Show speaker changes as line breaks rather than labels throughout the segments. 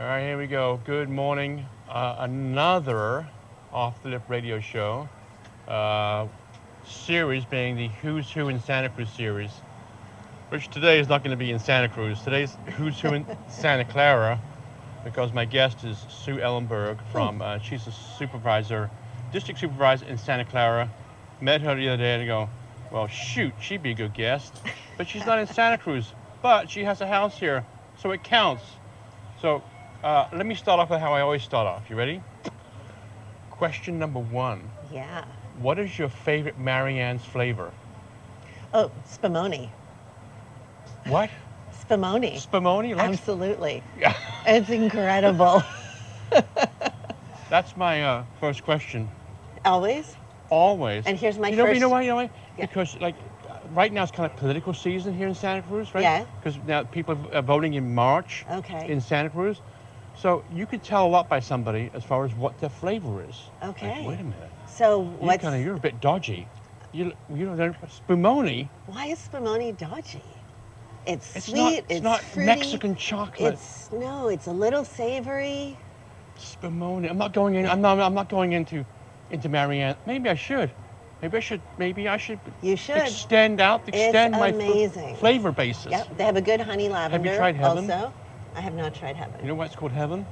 All right, here we go. Good morning. Uh, another off the lip radio show uh, series being the Who's Who in Santa Cruz series, which today is not going to be in Santa Cruz. Today's Who's Who in Santa Clara because my guest is Sue Ellenberg from, uh, she's a supervisor, district supervisor in Santa Clara. Met her the other day and I go, well, shoot, she'd be a good guest, but she's not in Santa Cruz, but she has a house here, so it counts. So uh, let me start off with how I always start off. You ready? Question number one
Yeah.
What is your favorite Marianne's flavor?
Oh, Spumoni.
What?
Spumoni.
Spumoni? Like-
Absolutely.
Yeah.
It's incredible.
That's my uh, first question.
Always.
Always.
And here's my
you know, You know
first-
why? You know why?
Yeah.
Because, like, uh, right now it's kind of political season here in Santa Cruz, right?
Yeah.
Because now people are voting in March
Okay.
in Santa Cruz. So you could tell a lot by somebody as far as what their flavor is. Like,
Okay.
wait a minute.
So
You
what's
kind of you're a bit dodgy. You you know they're- spumoni.
why is Spumoni dodgy? It's,
It's
sweet.
not
it's
it's, not
fruity,
Mexican chocolate.
It's no. It's a little savory.
spumoni. I'm not going in. I'm not I'm not going into into Marianne. Maybe I should. Maybe I should. Maybe I should.
You should.
extend out extend my fl-
amazing.
flavor basis.
Yep. They have a good honey lavender.
tried heaven?
Also, I have not tried heaven.
You know why it's called heaven?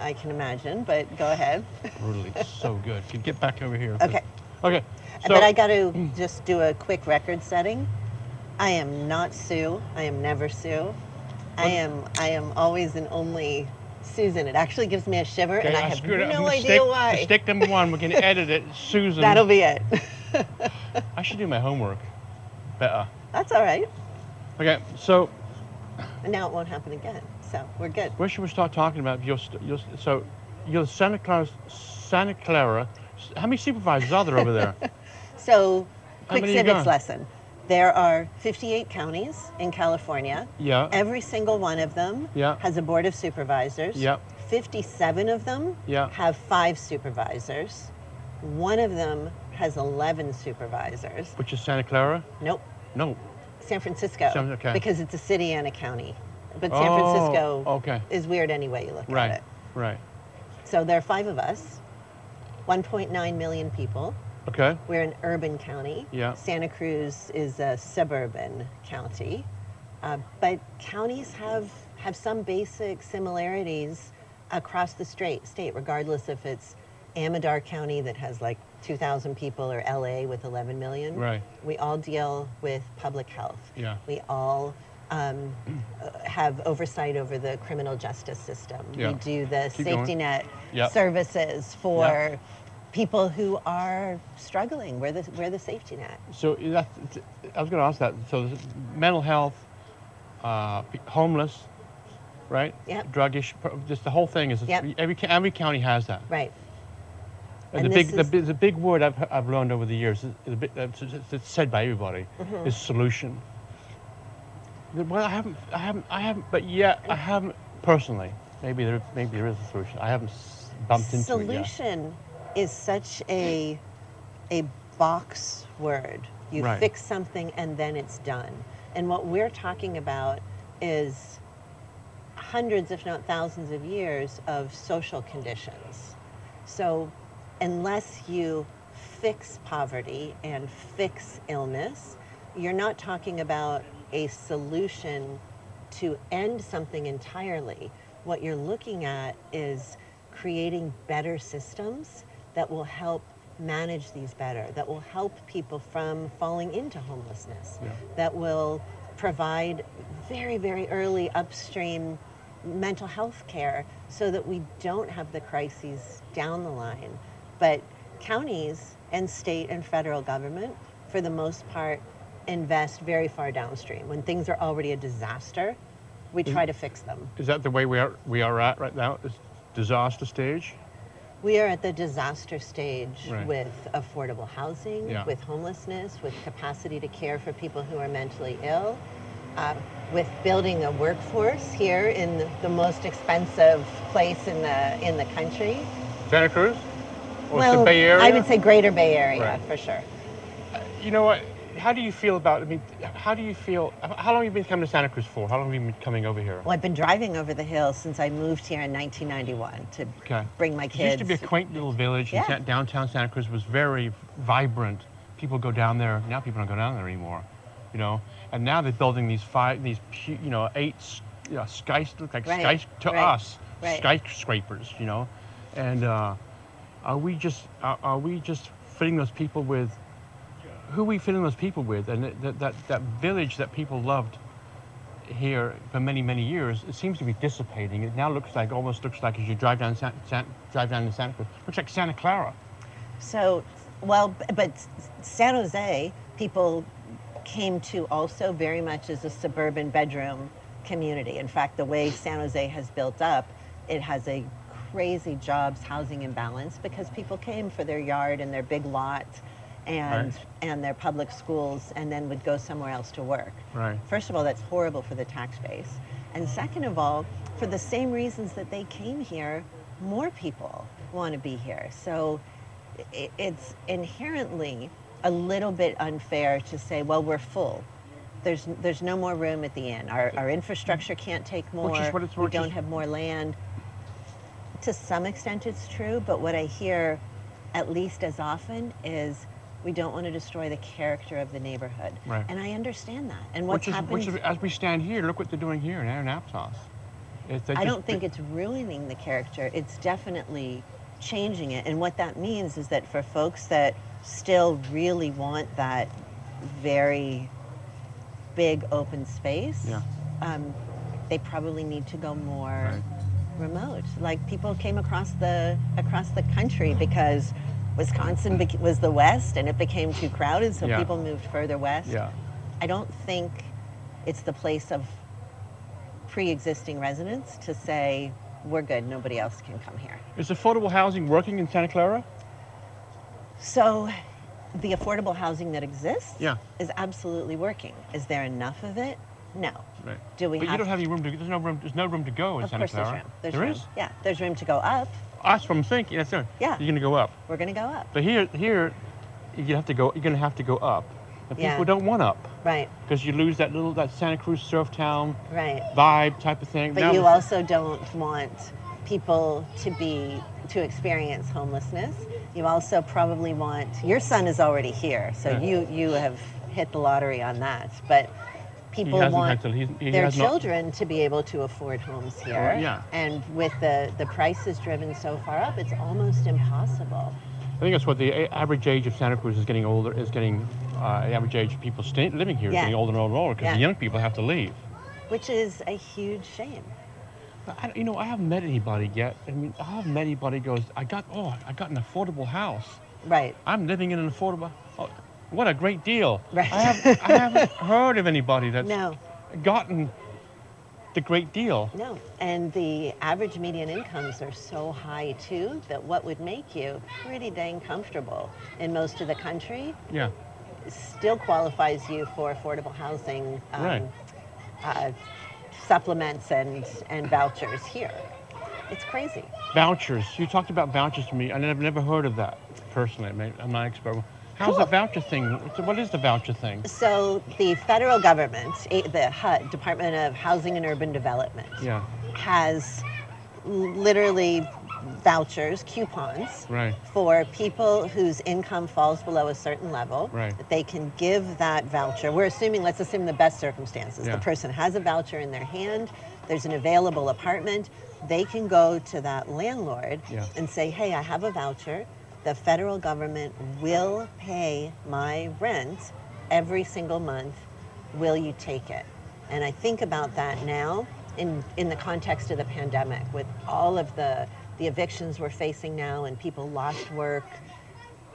I can imagine, but go ahead.
Brutally, it's so good. Can you get back over here.
Okay.
Okay. So
but I got to just do a quick record setting. I am not Sue. I am never Sue. I am. I am always and only Susan. It actually gives me a shiver,
okay,
and I, have
screwed up.
no
Mistake-
idea why.
Mistake number one. We can edit it. Susan.
That'll be it.
I should do my homework. Better.
That's all right.
Okay. So
And now it won't happen again. So we're good.
Where should we start talking about your, st- your st- so your Santa Clara, Santa Clara, s- how many supervisors are there over there?
So,
How
quick
many you
civics
got?
lesson. There are 58 counties in California.
Yeah.
Every single one of them
Yeah.
has a board of supervisors.
Yep.
57 of them
Yeah.
have five supervisors. One of them has 11 supervisors.
Which is Santa Clara?
Nope,
No.
San Francisco.
San- okay.
Because it's a city and a county. But San
Oh,
Francisco
okay.
is weird any way you look at
Right.
it.
Right.
So there are five of us, 1.9 million people.
Okay.
We're an urban county.
Yeah.
Santa Cruz is a suburban county, uh, but counties have have some basic similarities across the state, state, regardless if it's Amador County that has like 2,000 people or LA with 11 million.
Right.
We all deal with public health.
Yeah.
We all um, uh, have oversight over the criminal justice system.
Yeah.
We do the
Keep
safety
going.
net
Yep.
services for people who are struggling. We're the, we're the safety net.
So that's, I was going to ask that. So this is mental health, uh, p- homeless, right?
Yep.
Drug issue, pro- just the whole thing is,
Yep.
every, ca- every county has that.
Right.
And,
And
the big,
this
the,
is-
bi- the big word I've, I've learned over the years, is, is a bit, that's, that's- that's said by everybody,
Mm-hmm.
is solution. The- Well, I haven't, I haven't, I haven't, but yeah, I haven't personally. Maybe there, maybe there is a solution. I haven't s- bumped into it yet.
Solution is such a a box word. You
Right.
fix something and then it's done. And what we're talking about is hundreds, if not thousands, of years of social conditions. So, unless you fix poverty and fix illness, you're not talking about a solution to end something entirely. What you're looking at is creating better systems that will help manage these better, that will help people from falling into homelessness,
Yeah.
that will provide very, very early upstream mental health care so that we don't have the crises down the line. But counties and state and federal government, for the most part, invest very far downstream. When things are already a disaster, we try to fix them.
Is that the way we are, we are at right now? This disaster stage?
We are at the disaster stage
Right.
with affordable housing,
Yeah.
with homelessness, with capacity to care for people who are mentally ill, uh, with building a workforce here in the, the most expensive place in the in the country.
Santa Cruz? Or it's the Bay Area?
I would say Greater Bay Area
Right.
for sure.
You know what? how do you feel about? I mean, how do you feel? How long have you been coming to Santa Cruz for? How long have you been coming over here?
Well, I've been driving over the hills since I moved here in 1991 to
Okay.
bring my
It used
kids.
to be a quaint little village. and
Yeah.
Sa- downtown Santa Cruz was very vibrant. People go down there now. People don't go down there anymore, you know. And now they're building these five, these pu- you know, eight, s- you know, skys look like
Right,
skys to
right,
us
right.
skyscrapers, you know. And uh, are we just are, are we just fitting those people with who are we filling those people with? And that- that, that that village that people loved here for many many years, it seems to be dissipating. It now looks like almost looks like as you drive down San, San, drive down to Santa Cruz, looks like Santa Clara.
So, well, b- but S- San Jose people came to also very much as a suburban bedroom community. In fact, the way San Jose has built up, it has a crazy jobs housing imbalance because people came for their yard and their big lot and
Right.
and their public schools and then would go somewhere else to work.
Right.
First of all, that's horrible for the tax base. And second of all, for the same reasons that they came here, more people want to be here. So i- it's inherently a little bit unfair to say, well, we're full. There's, there's no more room at the inn. Our, our infrastructure can't take more.
Which is what it's-
we
which is-
don't have more land. To some extent, it's true, but what I hear at least as often is we don't want to destroy the character of the neighborhood.
Right.
And I understand that. And what's
which is,
happened,
which is as we stand here, look what they're doing here in Anaptos. It's, they
I
just-
don't think it's ruining the character. It's definitely changing it. And what that means is that for folks that still really want that very big open space,
Yeah.
um, they probably need to go more
Right.
remote. Like people came across the across the country because Wisconsin bec- was the West and it became too crowded, so
Yeah.
people moved further west.
Yeah.
I don't think it's the place of pre-existing residents to say we're good. Nobody else can come here.
Is affordable housing working in Santa Clara?
So, the affordable housing that exists
Yeah.
is absolutely working. Is there enough of it? No.
Right.
Do we
But you
have-
don't have any room to. There's no room. There's no room to go in
Of
Santa
course,
Clara.
there's room. There's
There
room.
is?
Yeah, there's room to go up.
That's what I'm thinking. That's it.
Yeah.
You're gonna go up.
We're gonna go up.
But here, here, you have to go. You're gonna have to go up. And
Yeah.
people don't want up
Right.
because you lose that little that Santa Cruz surf town
Right.
vibe type of thing.
But
Now
you
it's-
also don't want people to be to experience homelessness. You also probably want your son is already here, so
Yeah.
you you have hit the lottery on that. But people
hasn't
want
had to- he's- he
their
has not- Oh,
children to be able to afford homes here.
yeah.
And with the the prices driven so far up, it's almost impossible.
I think that's what the a- average age of Santa Cruz is getting older. Is getting uh, the average age of people stay, living here is
Yeah.
getting older and older and older because
Yeah.
the young people have to leave.
Which is a huge shame.
But I, you know, I haven't met anybody yet. I mean, I haven't met anybody who goes. I got oh, I got an affordable house.
Right.
I'm living in an affordable. Oh, what a great deal!
Right.
I, have, I haven't heard of anybody that's
No.
gotten the great deal.
No, and the average median incomes are so high too that what would make you pretty dang comfortable in most of the country
Yeah.
still qualifies you for affordable housing um,
Right.
uh, supplements and, and vouchers here. It's crazy.
Vouchers. You talked about vouchers to me, and I've never heard of that personally. I mean, I'm not an expert. How's the
Cool.
voucher thing? What's- What is the voucher thing?
So the federal government, eh, the HUD, Department of Housing and Urban Development,
Yeah.
has literally vouchers, coupons
Right.
for people whose income falls below a certain level.
Right.
That they can give that voucher. We're assuming, let's assume the best circumstances.
Yeah.
The person has a voucher in their hand, there's an available apartment, they can go to that landlord
Yeah.
and say, hey, I have a voucher. The federal government will pay my rent every single month. Will you take it? And I think about that now in, in the context of the pandemic with all of the, the evictions we're facing now and people lost work.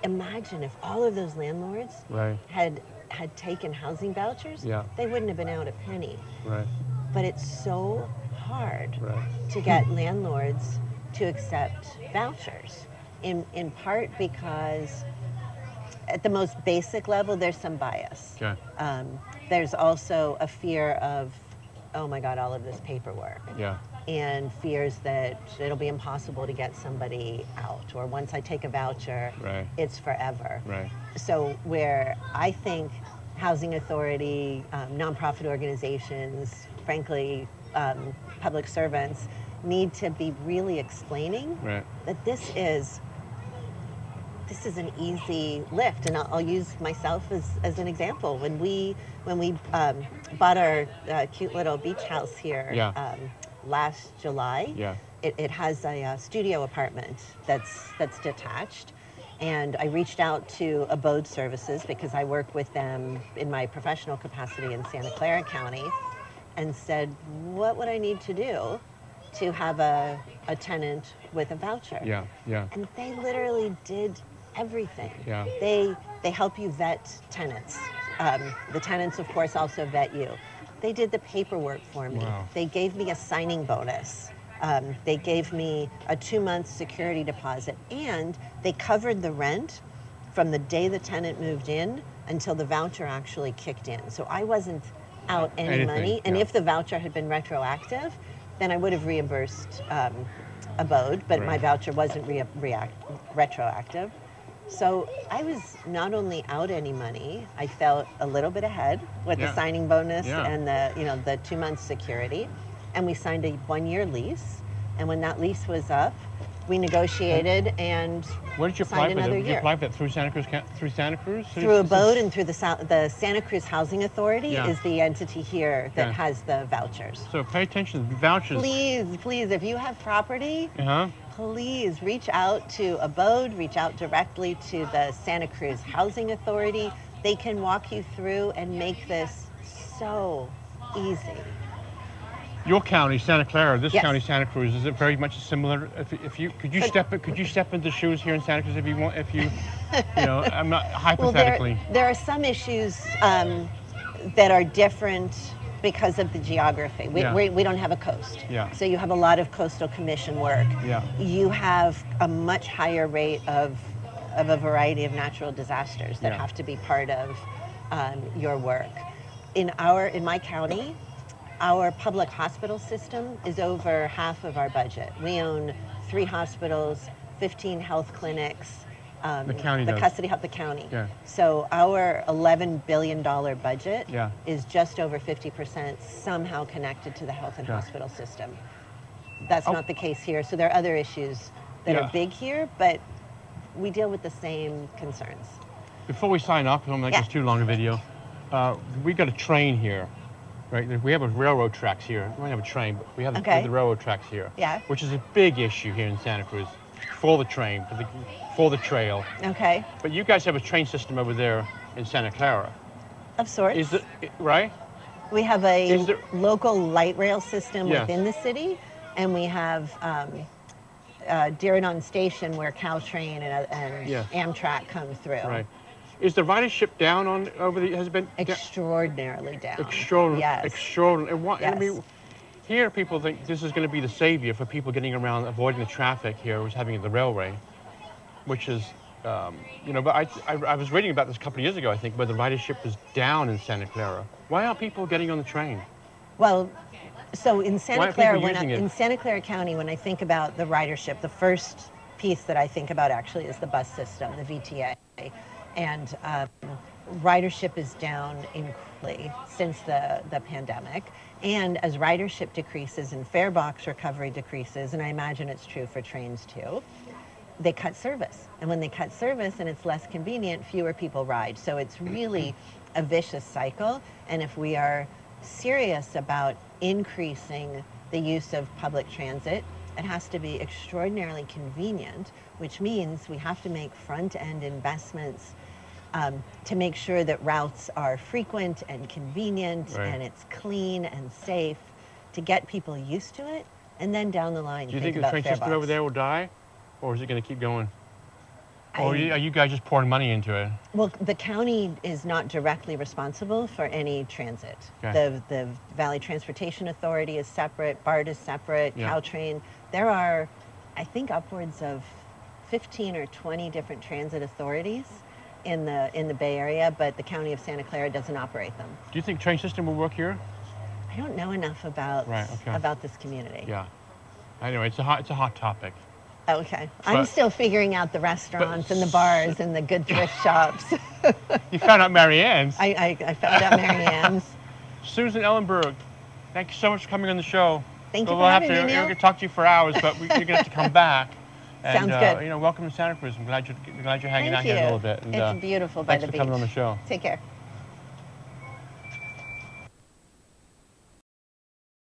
Imagine if all of those landlords
Right.
had had taken housing vouchers,
Yeah.
they wouldn't have been out a penny.
Right.
But it's so hard
Right.
to get landlords to accept vouchers, in, in part because at the most basic level, there's some bias.
Okay.
Um, there's also a fear of, oh my God, all of this paperwork
Yeah.
and fears that it'll be impossible to get somebody out, or once I take a voucher,
Right.
it's forever.
Right.
So, where I think housing authority, um, nonprofit organizations, frankly, um, public servants need to be really explaining
Right.
that this is this is an easy lift and i'll, I'll use myself as, as an example when we when we um, bought our uh, cute little beach house here
Yeah.
um, last july
Yeah.
it, it has a, uh studio apartment that's that's detached and i reached out to abode services because i work with them in my professional capacity in santa clara county and said what would i need to do to have a, a tenant with a voucher
Yeah. Yeah.
and they literally did everything.
Yeah.
They they help you vet tenants. Um, the tenants, of course, also vet you. They did the paperwork for me.
Wow.
They gave me a signing bonus. Um, they gave me a two-month security deposit, and they covered the rent from the day the tenant moved in until the voucher actually kicked in. So I wasn't out any
Anything,
money, and
yeah.
if the voucher had been retroactive, then I would have reimbursed um, abode, but my
Right.
voucher wasn't re- react- retroactive. So I was not only out any money, I felt a little bit ahead with the
Yeah.
signing bonus
Yeah.
and the you know the two months security, and we signed a one year lease. And when that lease was up, we negotiated and
Where did you apply
signed
for that?
another
Did you
year.
apply for that through Santa Cruz? Ca- Through Santa Cruz? City-
through
City-
abode and through the Sou- the Santa Cruz Housing Authority
Yeah.
is the entity here that
Okay.
has the vouchers.
So pay attention. Vouchers.
Please, please, if you have property,
Uh huh.
please reach out to Abode, reach out directly to the Santa Cruz Housing Authority. They can walk you through and make this so easy.
Your county, Santa Clara. This
Yes.
county, Santa Cruz. Is it very much similar? If, if you could you
Uh,
step could you step into shoes here in Santa Cruz if you want if you you know I'm not
Well, there,
hypothetically.
there are some issues um, that are different because of the geography. We,
Yeah.
we, we don't have a coast.
Yeah.
So you have a lot of coastal commission work.
Yeah.
You have a much higher rate of, of a variety of natural disasters that
Yeah.
have to be part of um, your work. In our in my county, our public hospital system is over half of our budget. We own three hospitals, 15 health clinics. Um,
The county
the
does.
custody help the county.
Yeah.
So our 11 billion dollar budget
Yeah.
is just over 50% somehow connected to the health and
Yeah.
hospital system. That's
Oh.
not the case here. So there are other issues that
Yeah.
are big here, but we deal with the same concerns.
Before we sign off, because I'm like
Yeah.
it's too long a video. Uh, we got a train here, right? We have a railroad tracks here. We don't have a train, but we have, the- we have
Okay.
the railroad tracks here.
Yeah.
Which is a big issue here in Santa Cruz for the train, for the, for the trail.
Okay,
But you guys have a train system over there in Santa Clara.
of sorts.
Is it right?
we have a
is there-
local light rail system
Yes.
within the city, and we have um, uh, Diridon Station where Caltrain and, uh, and
Yes.
Amtrak come through.
Right. Is the ridership down on over the has it been da-
Extraordinarily down.
extraordinary?
Yes.
Extraordinary. And why, I
Yes.
mean, here people think this is going to be the savior for people getting around, avoiding the traffic here, was having the railway, which is, um, you know. But I, I, I was reading about this a couple of years ago, I think, where the ridership was down in Santa Clara. Why aren't people getting on the train?
Well, so in
Why
Santa
aren't
Clara,
people
when I,
using it?
in Santa Clara County, when I think about the ridership, the first piece that I think about actually is the bus system, the VTA, and um, ridership is down incredibly since the the pandemic. And as ridership decreases and fare box recovery decreases, and I imagine it's true for trains too, they cut service. And when they cut service and it's less convenient, fewer people ride. So it's really a vicious cycle. And if we are serious about increasing the use of public transit, it has to be extraordinarily convenient, which means we have to make front end investments um, to make sure that routes are frequent and convenient
Right.
and it's clean and safe to get people used to it. And then down the line,
Do you think, the
about
train
fare
system over
box.
there will die, or is it going to keep going? or are
I-
you, are you guys just pouring money into it?
Well, the county is not directly responsible for any transit.
Okay.
The, the Valley Transportation Authority is separate, BART is separate,
Yeah.
Caltrain. There are, I think, upwards of 15 or 20 different transit authorities in the, in the Bay Area, but the county of Santa Clara doesn't operate them.
Do you think train system will work here?
I don't know enough about,
Right, okay.
about this community.
Yeah. Anyway, it's a hot, it's a hot topic.
Okay. I'm
But-
still figuring out the restaurants and the bars and the good thrift shops.
You found out Marianne's.
I, I, I found out Mary Ann's.
Susan Ellenberg, thank you so much for coming on the show.
Thank you
we'll
for
have
having
to,
me, Neil.
We're going to talk to you for hours, but we, you're going to have to come back. And,
Sounds
uh,
good.
You know, welcome to Santa Cruz. I'm glad you're glad you're hanging
Thank
out
you.
here a little bit. And,
it's
uh,
beautiful by
thanks
the
for
beach.
coming on the show.
Take care.